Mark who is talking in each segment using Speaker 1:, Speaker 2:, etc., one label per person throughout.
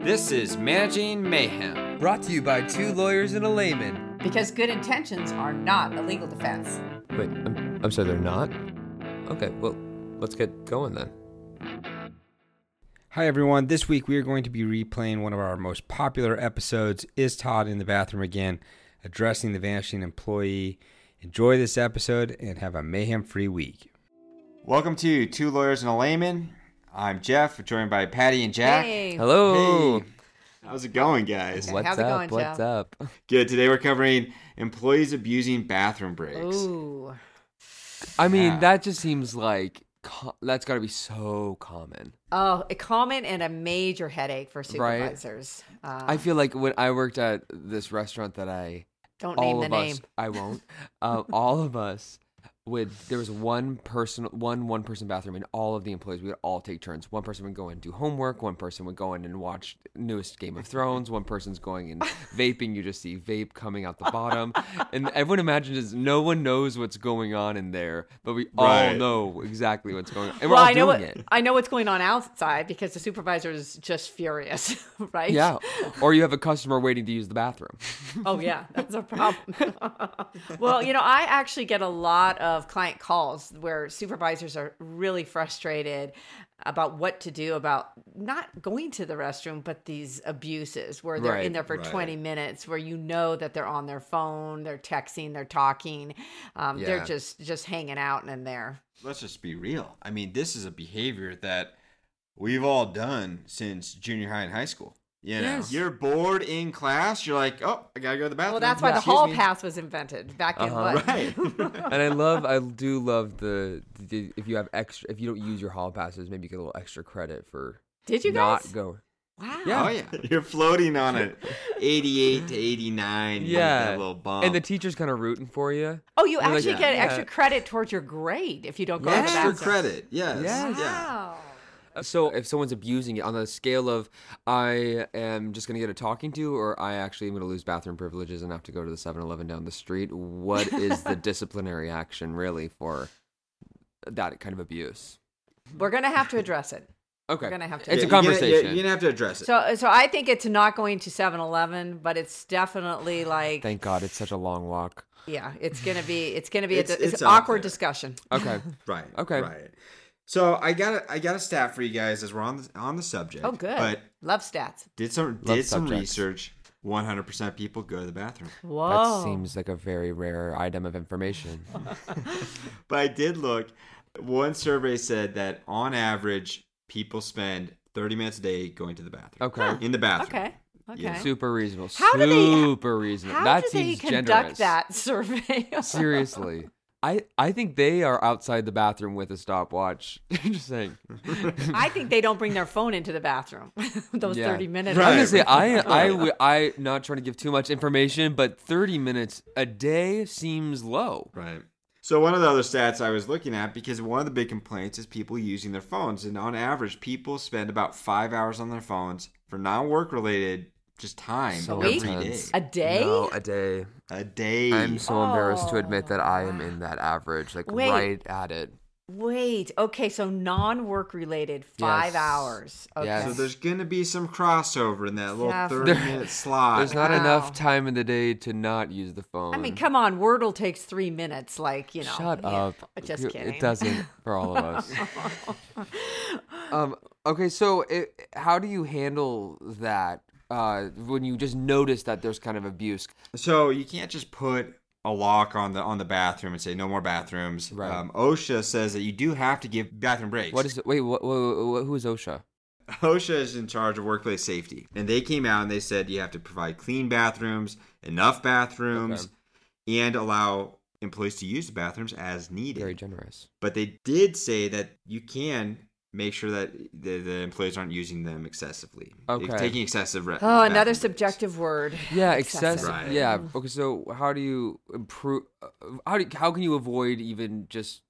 Speaker 1: This is Managing Mayhem.
Speaker 2: Brought to you by two lawyers and a layman.
Speaker 3: Because good intentions are not a legal defense.
Speaker 4: Wait, I'm, I'm sorry, they're not? Okay, well, let's get going then.
Speaker 2: Hi, everyone. This week we are going to be replaying one of our most popular episodes Is Todd in the Bathroom Again? Addressing the Vanishing Employee. Enjoy this episode and have a mayhem free week.
Speaker 1: Welcome to Two Lawyers and a Layman. I'm Jeff, joined by Patty and Jack.
Speaker 3: Hey.
Speaker 4: Hello!
Speaker 1: Hey. How's it going, guys?
Speaker 4: What's
Speaker 3: how's it
Speaker 4: up?
Speaker 3: going,
Speaker 4: What's
Speaker 3: Joe?
Speaker 4: up?
Speaker 1: Good. Today we're covering employees abusing bathroom breaks.
Speaker 3: Ooh.
Speaker 4: I mean,
Speaker 1: Yeah.
Speaker 4: that just seems like co- that's got to be so common.
Speaker 3: Oh, a common and a major headache for supervisors. Uh,
Speaker 4: I feel like when I worked at this restaurant that I
Speaker 3: don't
Speaker 4: all
Speaker 3: name the
Speaker 4: of
Speaker 3: name.
Speaker 4: us I won't. Um, all of us would there was one person one one person bathroom and all of the employees we would all take turns. One person would go and do homework, one person would go in and watch newest Game of Thrones, one person's going and vaping, you just see vape coming out the bottom. and everyone imagines is no one knows what's going on in there, but we all
Speaker 1: Right.
Speaker 4: know exactly what's going on. And we're
Speaker 3: Well,
Speaker 4: all
Speaker 3: I know
Speaker 4: doing
Speaker 3: what
Speaker 4: it.
Speaker 3: I know what's going on outside because the supervisor is just furious, right?
Speaker 4: Yeah. Or you have a customer waiting to use the bathroom.
Speaker 3: Oh yeah, that's a problem. well, you know, I actually get a lot of client calls where supervisors are really frustrated about what to do about not going to the restroom, but these abuses where they're in
Speaker 4: Right,
Speaker 3: there for
Speaker 1: right.
Speaker 3: 20 minutes, where you know that they're on their phone, they're texting, they're talking, um, they're
Speaker 4: Yeah.
Speaker 3: just just hanging out and in there.
Speaker 1: Let's just be real. I mean, this is a behavior that we've all done since junior high and high school. You know,
Speaker 4: Yes.
Speaker 1: you're bored in class. You're like, oh, I gotta go to the bathroom.
Speaker 3: Well, that's why the
Speaker 1: Excuse
Speaker 3: hall
Speaker 1: me.
Speaker 3: pass was invented back in
Speaker 4: Uh-huh.
Speaker 3: what?
Speaker 1: Right.
Speaker 4: and I love, I do love the, the if you have extra, if you don't use your hall passes, maybe you get a little extra credit for
Speaker 3: Did you
Speaker 4: not
Speaker 3: guys?
Speaker 4: go.
Speaker 3: wow.
Speaker 4: Yeah.
Speaker 1: Oh yeah, you're floating on it, 88 to 89. you
Speaker 4: Yeah,
Speaker 1: get a little bump.
Speaker 4: and the teacher's kind of rooting for you.
Speaker 3: Oh, you
Speaker 4: You're like,
Speaker 3: actually get
Speaker 4: yeah.
Speaker 3: extra credit towards your grade if you don't go to the
Speaker 1: extra
Speaker 3: bathroom.
Speaker 1: credit. Yes.
Speaker 4: Yes.
Speaker 1: Yeah.
Speaker 3: Wow.
Speaker 4: Uh, So if someone's abusing it on the scale of, I am just gonna get a talking to, or I actually am gonna lose bathroom privileges and have to go to the 7-Eleven down the street. What is the disciplinary action really for that kind of abuse?
Speaker 3: We're gonna have to address it.
Speaker 4: Okay,
Speaker 3: gonna have to-
Speaker 4: It's
Speaker 3: Yeah,
Speaker 4: a
Speaker 1: You're,
Speaker 3: you
Speaker 4: conversation.
Speaker 1: gonna, have to address it.
Speaker 3: So, so I think it's not going to 7-Eleven, but it's definitely like,
Speaker 4: Thank God, it's such a long walk.
Speaker 3: yeah, it's gonna be, it's gonna be,
Speaker 1: It's-
Speaker 3: it's,
Speaker 1: it's
Speaker 3: it's an
Speaker 1: out
Speaker 3: awkward
Speaker 1: there.
Speaker 3: discussion.
Speaker 4: Okay,
Speaker 1: right.
Speaker 4: Okay.
Speaker 1: Right. So I got a, I got a stat for you guys as we're on the, on the subject.
Speaker 3: Oh, good.
Speaker 1: But
Speaker 3: Love stats.
Speaker 1: did some
Speaker 4: Love
Speaker 1: did some
Speaker 4: subjects.
Speaker 1: research. 100% people go to the bathroom.
Speaker 3: Whoa.
Speaker 4: that seems like a very rare item of information.
Speaker 1: But I did look. One survey said that on average, people spend 30 minutes a day going to the bathroom.
Speaker 4: Okay.
Speaker 1: In the bathroom.
Speaker 3: okay. Okay.
Speaker 1: Yeah.
Speaker 4: Super reasonable.
Speaker 3: How do
Speaker 4: Super
Speaker 3: they-
Speaker 4: reasonable.
Speaker 3: How
Speaker 4: that
Speaker 3: do they
Speaker 4: seems
Speaker 3: conduct
Speaker 4: generous.
Speaker 3: that survey?
Speaker 4: Seriously. I, I think they are outside the bathroom with a stopwatch. Just saying.
Speaker 3: I think they don't bring their phone into the bathroom. Those
Speaker 4: Yeah.
Speaker 3: thirty minutes.
Speaker 1: Right.
Speaker 4: Honestly, I I w- I not trying to give too much information, but 30 minutes a day seems low.
Speaker 1: Right. So one of the other stats I was looking at because one of the big complaints is people using their phones, and on average, people spend about five hours on their phones for non-work related just time
Speaker 4: So
Speaker 1: every
Speaker 3: week?
Speaker 1: day.
Speaker 4: intense.
Speaker 3: A day?
Speaker 4: No, a day.
Speaker 1: A day.
Speaker 4: I'm so embarrassed to admit
Speaker 3: Oh,
Speaker 4: that I am in that average, like
Speaker 3: Wait.
Speaker 4: right at it.
Speaker 3: Wait. Okay. So non-work related, five
Speaker 4: Yes.
Speaker 3: hours. Okay.
Speaker 4: Yes.
Speaker 1: so there's gonna be some crossover in that little
Speaker 3: Yeah.
Speaker 1: thirty minute slot.
Speaker 4: There's not
Speaker 3: Wow.
Speaker 4: enough time in the day to not use the phone.
Speaker 3: I mean, come on, Wordle takes three minutes. Like you know.
Speaker 4: Shut
Speaker 3: yeah.
Speaker 4: up.
Speaker 3: Just
Speaker 4: You-
Speaker 3: kidding. Oh,
Speaker 4: It doesn't for all of us. um, okay, so it, how do you handle that uh, when you just notice that there's kind of abuse?
Speaker 1: So you can't just put a lock on the on the bathroom and say no more bathrooms.
Speaker 4: Right.
Speaker 1: Um, OSHA says that you do have to give bathroom breaks.
Speaker 4: What is it? Wait, what, who is OSHA?
Speaker 1: OSHA is in charge of workplace safety, and they came out and they said you have to provide clean bathrooms, enough bathrooms, and allow employees to use the bathrooms as needed.
Speaker 4: Very generous.
Speaker 1: but they did say that you can make sure that the, the employees aren't using them excessively.
Speaker 4: Okay.
Speaker 1: taking excessive. Re-
Speaker 3: Oh,
Speaker 1: bathroom
Speaker 3: another
Speaker 1: breaks.
Speaker 3: subjective word.
Speaker 4: Yeah, excessive.
Speaker 1: Right.
Speaker 4: Yeah. Okay, so how do you improve? uh, How do how can you avoid even just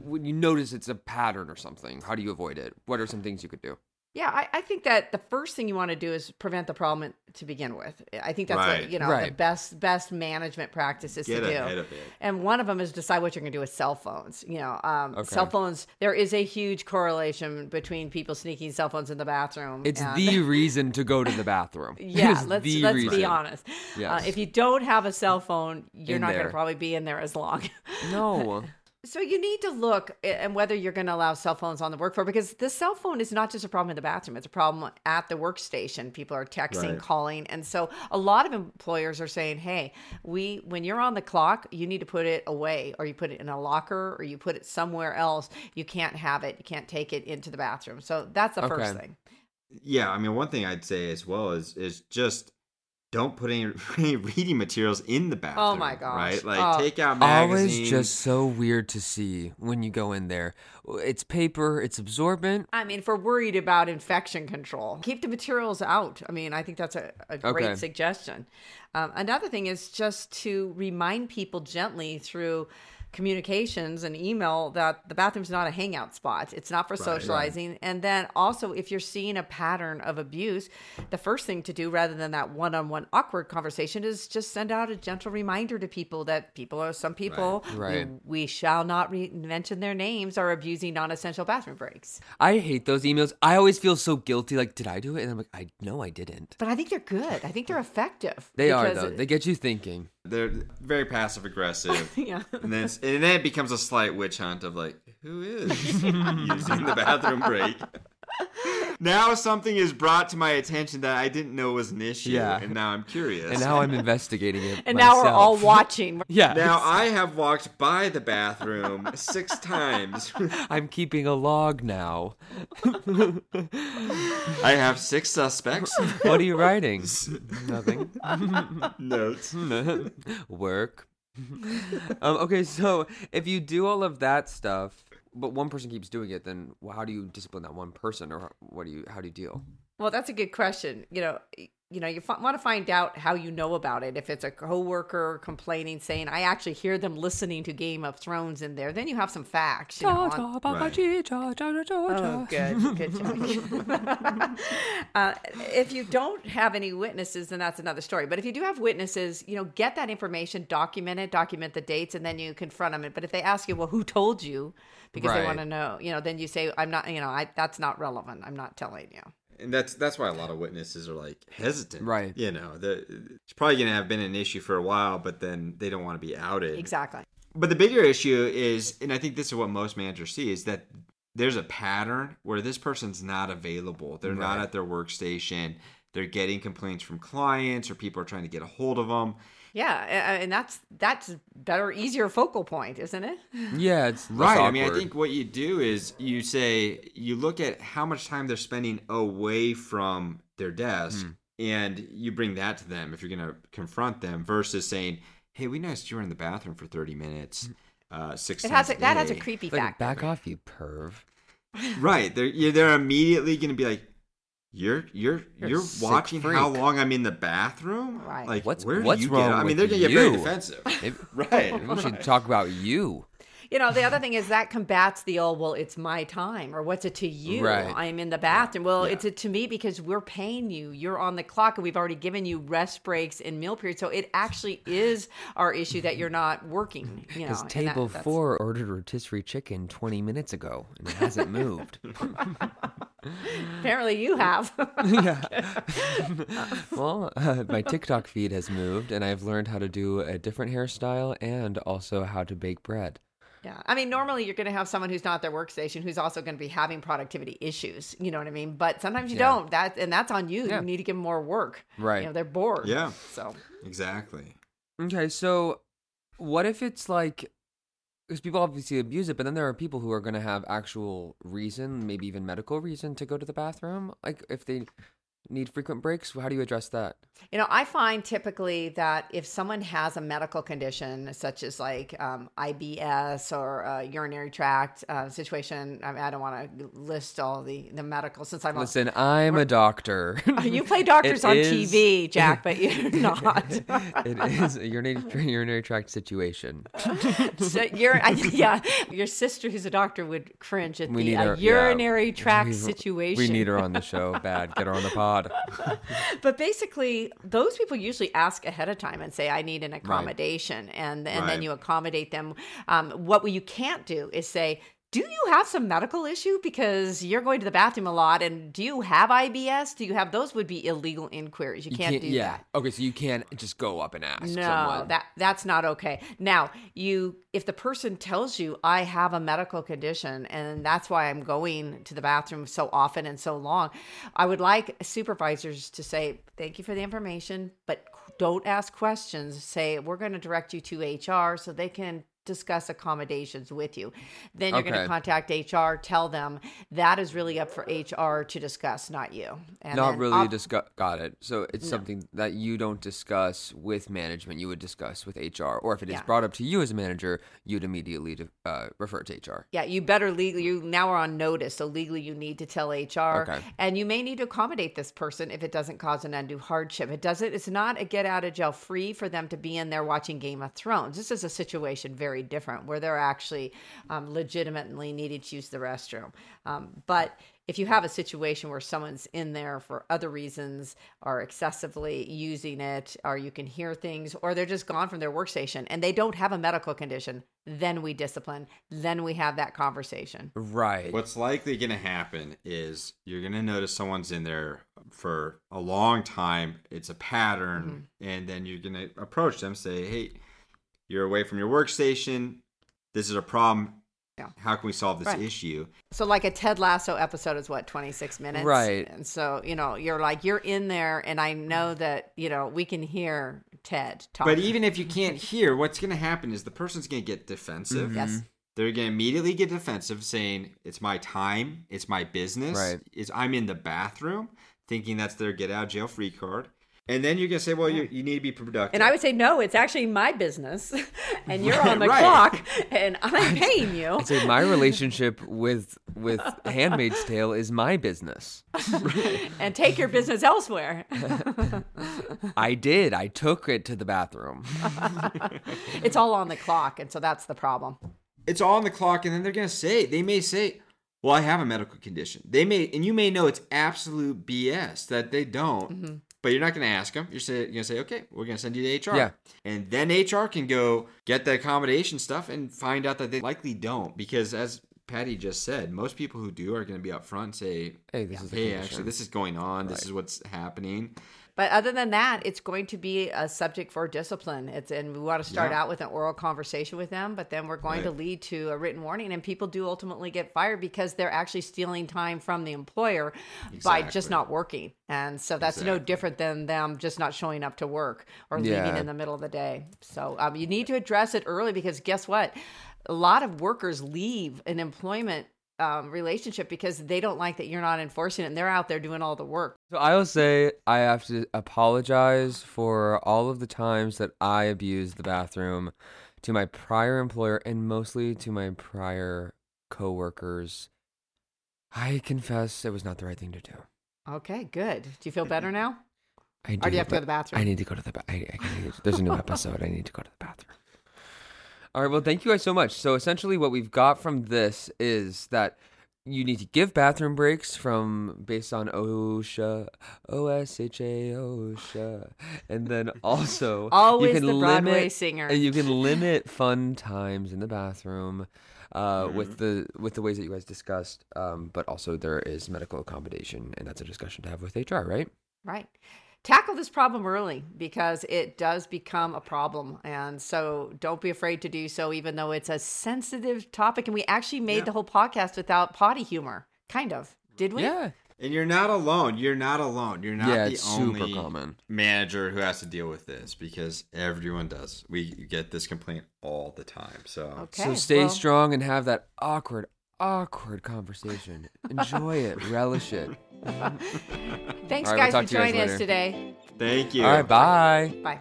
Speaker 4: when you notice it's a pattern or something? How do you avoid it? What are some things you could do?
Speaker 3: Yeah, I, I think that the first thing you want to do is prevent the problem to begin with. I think that's
Speaker 1: Right.
Speaker 3: what you know the
Speaker 4: Right.
Speaker 3: best best management practices
Speaker 1: Get
Speaker 3: to do.
Speaker 1: ahead of it.
Speaker 3: And one of them is decide what you're going to do with cell phones. You know, um,
Speaker 4: Okay.
Speaker 3: cell phones. There is a huge correlation between people sneaking cell phones in the bathroom.
Speaker 4: It's
Speaker 3: and-
Speaker 4: the reason to go to the bathroom. It
Speaker 3: yeah.
Speaker 4: is
Speaker 3: Let's
Speaker 4: the
Speaker 3: let's
Speaker 4: reason.
Speaker 3: be honest.
Speaker 4: Yes.
Speaker 3: Uh, if you don't have a cell phone, you're
Speaker 4: In
Speaker 3: not going to
Speaker 4: there.
Speaker 3: probably be in there as long.
Speaker 4: No.
Speaker 3: So you need to look a- and whether you're going to allow cell phones on the work floor because the cell phone is not just a problem in the bathroom; it's a problem at the workstation. People are texting,
Speaker 1: Right.
Speaker 3: calling, and so a lot of employers are saying, "Hey, we when you're on the clock, you need to put it away, or you put it in a locker, or you put it somewhere else. You can't have it. You can't take it into the bathroom." So that's the first
Speaker 4: Okay.
Speaker 3: thing.
Speaker 1: Yeah, I mean, one thing I'd say as well is is just don't put any, any reading materials in the bathroom.
Speaker 3: Oh my gosh.
Speaker 1: Right? Like
Speaker 3: Oh.
Speaker 1: take out magazines.
Speaker 4: Always just so weird to see when you go in there. It's paper, it's absorbent.
Speaker 3: I mean, if we're worried about infection control, keep the materials out. I mean, I think that's a, a great
Speaker 4: Okay.
Speaker 3: suggestion. Um, another thing is just to remind people gently through communications and email that the bathroom's not a hangout spot. It's not for socializing. And then also, if you're seeing a pattern of abuse, the first thing to do rather than that one on one awkward conversation is just send out a gentle reminder to people that people are some people
Speaker 4: Right.
Speaker 3: who we shall not re- mention their names are abusing non essential bathroom breaks.
Speaker 4: I hate those emails. I always feel so guilty. Like, did I do it? And I'm like, I no, I didn't.
Speaker 3: But I think they're good. I think they're effective.
Speaker 4: They are
Speaker 3: because-
Speaker 4: though. They get you thinking.
Speaker 1: They're very passive aggressive.
Speaker 3: yeah.
Speaker 1: And then, it's- and then it becomes a slight witch hunt of like, who is using the bathroom break? now something is brought to my attention that I didn't know was an issue,
Speaker 4: Yeah.
Speaker 1: and now I'm curious.
Speaker 4: And now I'm investigating it.
Speaker 3: And now we're all
Speaker 4: myself.
Speaker 3: watching.
Speaker 4: Yeah.
Speaker 1: Now I have walked by the bathroom six times.
Speaker 4: I'm keeping a log now.
Speaker 1: I have six suspects.
Speaker 4: What are you writing? Nothing.
Speaker 1: Notes.
Speaker 4: Work. um, okay, so if you do all of that stuff, but one person keeps doing it, then how do you discipline that one person, or what do you? How do you deal?
Speaker 3: Well, that's a good question. You know, you know, you f- want to find out how you know about it. If it's a coworker complaining, saying, "I actually hear them listening to Game of Thrones in there," then you have some facts. You know, on-
Speaker 1: Right.
Speaker 3: Oh, good, good job. uh, if you don't have any witnesses, then that's another story. But if you do have witnesses, you know, get that information, document it, document the dates, and then you confront them. But if they ask you, well, who told you? Because they
Speaker 4: Right.
Speaker 3: want to know, you know, then you say, I'm not, you know, I, that's not relevant. I'm not telling you.
Speaker 1: and that's that's why a lot of witnesses are like hesitant,
Speaker 4: Right.
Speaker 1: You know, the, it's probably going to have been an issue for a while, but then they don't want to be outed.
Speaker 3: Exactly.
Speaker 1: But the bigger issue is, and I think this is what most managers see, is that there's a pattern where this person's not available. They're not
Speaker 4: Right.
Speaker 1: at their workstation. They're getting complaints from clients or people are trying to get a hold of them.
Speaker 3: Yeah, a- a- and that's that's better, easier focal point, isn't it?
Speaker 4: Yeah, it's
Speaker 1: Right. I mean, I think what you do is you say, you look at how much time they're spending away from their desk
Speaker 4: Hmm.
Speaker 1: and you bring that to them if you're going to confront them versus saying, hey, we noticed you were in the bathroom for 30 minutes.
Speaker 4: Hmm.
Speaker 1: Uh, six
Speaker 3: It has
Speaker 1: times
Speaker 3: a, that has a
Speaker 1: day."
Speaker 3: creepy
Speaker 4: like,
Speaker 3: factor.
Speaker 4: back off, you perv.
Speaker 1: Right. They're you're, they're immediately going to be like, "You're you're
Speaker 4: You're
Speaker 1: you're,
Speaker 4: a sick
Speaker 1: watching how
Speaker 4: freak."
Speaker 1: long I'm in the bathroom."
Speaker 3: Right.
Speaker 1: Like,
Speaker 4: What's-
Speaker 1: where do
Speaker 4: what's
Speaker 1: you
Speaker 4: wrong
Speaker 1: get? I
Speaker 4: with
Speaker 1: mean, they're going to get very
Speaker 4: you?
Speaker 1: defensive.
Speaker 4: Maybe,
Speaker 1: right.
Speaker 4: maybe we should talk about you.
Speaker 3: You know, the other thing is that combats the old, well, it's my time or what's it to you?
Speaker 4: Right.
Speaker 3: I'm in the bathroom. Well, it's it to me because we're paying you. You're on the clock and we've already given you rest breaks and meal periods. So it actually is our issue that you're not working. You know,
Speaker 4: Because
Speaker 3: and that-
Speaker 4: table
Speaker 3: that's-
Speaker 4: four ordered rotisserie chicken 20 minutes ago and it hasn't moved.
Speaker 3: Apparently you have.
Speaker 4: yeah. well, uh, my TikTok feed has moved and I've learned how to do a different hairstyle and also how to bake bread.
Speaker 3: yeah. I mean, normally you're going to have someone who's not at their workstation who's also going to be having productivity issues. You know what I mean? But sometimes you
Speaker 4: Yeah.
Speaker 3: don't. That And that's on you.
Speaker 4: Yeah.
Speaker 3: You need to give them more work.
Speaker 4: Right.
Speaker 3: You know, they're bored.
Speaker 1: Yeah.
Speaker 3: So.
Speaker 1: Exactly.
Speaker 4: Okay, so what if it's like because people obviously abuse it, but then there are people who are going to have actual reason, maybe even medical reason, to go to the bathroom. Like if they need frequent breaks? How do you address that?
Speaker 3: You know, I find typically that if someone has a medical condition, such as like um, IBS or a urinary tract uh, situation, I, mean, I don't want to list all the, the medical since I'm
Speaker 4: Listen, I'm a doctor.
Speaker 3: on, you play doctors
Speaker 4: It
Speaker 3: on
Speaker 4: is-
Speaker 3: TV, Jack, but you're not.
Speaker 4: it is a urinary, urinary tract situation.
Speaker 3: so you're, I, yeah, your sister who's a doctor would cringe at
Speaker 4: We
Speaker 3: the
Speaker 4: need
Speaker 3: uh,
Speaker 4: her- yeah,
Speaker 3: urinary tract
Speaker 4: we-
Speaker 3: situation.
Speaker 4: We need her on the show bad. Get her on the pod.
Speaker 3: But basically, those people usually ask ahead of time and say, "I need an accommodation," and and
Speaker 1: Right.
Speaker 3: then you accommodate them. Um, what you can't do is say. Do you have some medical issue because you're going to the bathroom a lot? And do you have IBS? Do you have those? Would be illegal inquiries. You, can't, do
Speaker 4: yeah.
Speaker 3: that.
Speaker 4: Okay, so you can't just go up and ask
Speaker 3: No,
Speaker 4: someone.
Speaker 3: that that's not okay. Now, you if the person tells you I have a medical condition and that's why I'm going to the bathroom so often and so long, I would like supervisors to say thank you for the information, but don't ask questions. Say we're going to direct you to HR so they can discuss accommodations with you. Then you're going
Speaker 4: Okay.
Speaker 3: to contact HR, tell them that is really up for HR to discuss, not you. And
Speaker 4: Not
Speaker 3: then
Speaker 4: really
Speaker 3: I'll-
Speaker 4: discuss. Got it. So it's something that you don't discuss with management. You would discuss with HR, or if it is
Speaker 3: Yeah.
Speaker 4: brought up to you as a manager, you'd immediately uh, refer to HR.
Speaker 3: Yeah, you better legally. You now are on notice, so legally you need to tell HR,
Speaker 4: Okay.
Speaker 3: and you may need to accommodate this person if it doesn't cause an undue hardship. It doesn't. It's not a get out of jail free for them to be in there watching Game of Thrones. This is a situation very different where they're actually um, legitimately needed to use the restroom. Um, but if you have a situation where someone's in there for other reasons or excessively using it, or you can hear things, or they're just gone from their workstation and they don't have a medical condition, then we discipline. Then we have that conversation.
Speaker 4: Right.
Speaker 1: What's likely going to happen is you're going to notice someone's in there for a long time. It's a pattern.
Speaker 3: Mm-hmm.
Speaker 1: And then you're going to approach them, say, hey, you're away from your workstation. This is a problem.
Speaker 3: Yeah.
Speaker 1: How can we solve this
Speaker 3: Right.
Speaker 1: issue?
Speaker 3: So, like a Ted Lasso episode is what, 26 minutes?
Speaker 4: Right.
Speaker 3: And so, you know, you're like, you're in there, and I know that, you know, we can hear Ted talk.
Speaker 1: But even if you can't hear, what's going to happen is the person's going to get defensive.
Speaker 3: Mm-hmm. Yes.
Speaker 1: They're going to immediately get defensive, saying, it's my time, it's my business,
Speaker 4: Right.
Speaker 1: it's, I'm in the bathroom, thinking that's their get out of jail free card. And then you're going to say, well, you, you need to be productive.
Speaker 3: And I would say, no, it's actually my business, and you're on the
Speaker 1: Right.
Speaker 3: clock, and I'm paying you.
Speaker 4: I'd say my relationship with with Handmaid's Tale is my business.
Speaker 3: and take your business elsewhere.
Speaker 4: I did. I took it to the bathroom.
Speaker 3: it's all on the clock, and so that's the problem.
Speaker 1: it's all on the clock and then they're going to say they may say well i have a medical condition they may and you may know it's absolute bs that they don't
Speaker 4: Mm-hmm.
Speaker 1: but you're not going to ask them you're, say, you're going to say okay we're going to send you to hr
Speaker 4: Yeah.
Speaker 1: and then hr can go get the accommodation stuff and find out that they likely don't because as patty just said most people who do are going to be upfront and say
Speaker 4: Hey, this is the
Speaker 1: hey
Speaker 4: condition.
Speaker 1: actually this is going on this is what's happening
Speaker 3: But other than that, it's going to be a subject for discipline. It's and we want to start
Speaker 1: Yeah.
Speaker 3: out with an oral conversation with them, but then we're going to
Speaker 1: Right.
Speaker 3: lead to a written warning, and people do ultimately get fired because they're actually stealing time from the employer by just
Speaker 1: Exactly.
Speaker 3: not working, and so that's no
Speaker 1: Exactly.
Speaker 3: different than them just not showing up to work or
Speaker 4: Yeah.
Speaker 3: leaving in the middle of the day. So um, you need to address it early because guess what? A lot of workers leave an employment. Um, relationship because they don't like that you're not enforcing it and they're out there doing all the work.
Speaker 4: So I'll say I have to apologize for all of the times that I abused the bathroom to my prior employer and mostly to my prior coworkers. I confess it was not the right thing to do.
Speaker 3: Okay, good. Do you feel better now?
Speaker 4: I
Speaker 3: Or do you have to go to
Speaker 4: but
Speaker 3: the bathroom?
Speaker 4: I need to go to the bathroom. I, I need- there's a new episode. I need to go to the bathroom. All right. Well, thank you guys so much. So essentially, what we've got from this is that you need to give bathroom breaks from based on OSHA, O S H A OSHA, and then also
Speaker 3: Always
Speaker 4: you can
Speaker 3: the Broadway
Speaker 4: limit-
Speaker 3: singer.
Speaker 4: and You can limit fun times in the bathroom. Uh, With the with the ways that you guys discussed, um, but also there is medical accommodation, and that's a discussion to have with HR, right?
Speaker 3: Right. Tackle this problem early because it does become a problem. And so don't be afraid to do so, even though it's a sensitive topic. And we actually made
Speaker 1: Yeah.
Speaker 3: the whole podcast without potty humor, kind of. Did we?
Speaker 4: Yeah,
Speaker 1: and you're not alone you're not alone you're not
Speaker 4: yeah,
Speaker 1: the
Speaker 4: it's
Speaker 1: only
Speaker 4: super common.
Speaker 1: manager who has to deal with this because everyone does. We get this complaint all the time. So
Speaker 3: Okay.
Speaker 4: so stay
Speaker 3: well,
Speaker 4: strong and have that awkward, awkward conversation. Enjoy it, relish it.
Speaker 3: Thanks,
Speaker 4: All right, we'll
Speaker 3: guys, for
Speaker 4: talk to you guys
Speaker 3: joining us
Speaker 4: later.
Speaker 3: today.
Speaker 1: Thank you.
Speaker 4: All right, bye.
Speaker 3: Bye.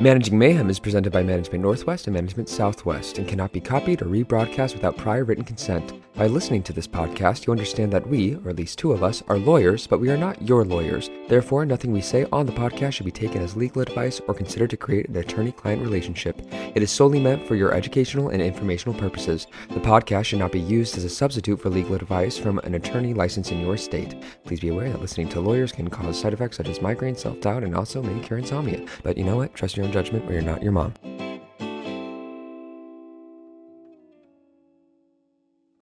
Speaker 4: Managing Mayhem is presented by Management Northwest and Management Southwest and cannot be copied or rebroadcast without prior written consent. By listening to this podcast, you understand that we, or at least two of us, are lawyers, but we are not your lawyers. Therefore, nothing we say on the podcast should be taken as legal advice or considered to create an attorney client relationship. It is solely meant for your educational and informational purposes. The podcast should not be used as a substitute for legal advice from an attorney licensed in your state. Please be aware that listening to lawyers can cause side effects such as migraine, self doubt, and also may cure insomnia. But you know what? Trust your own judgment or you're not your mom.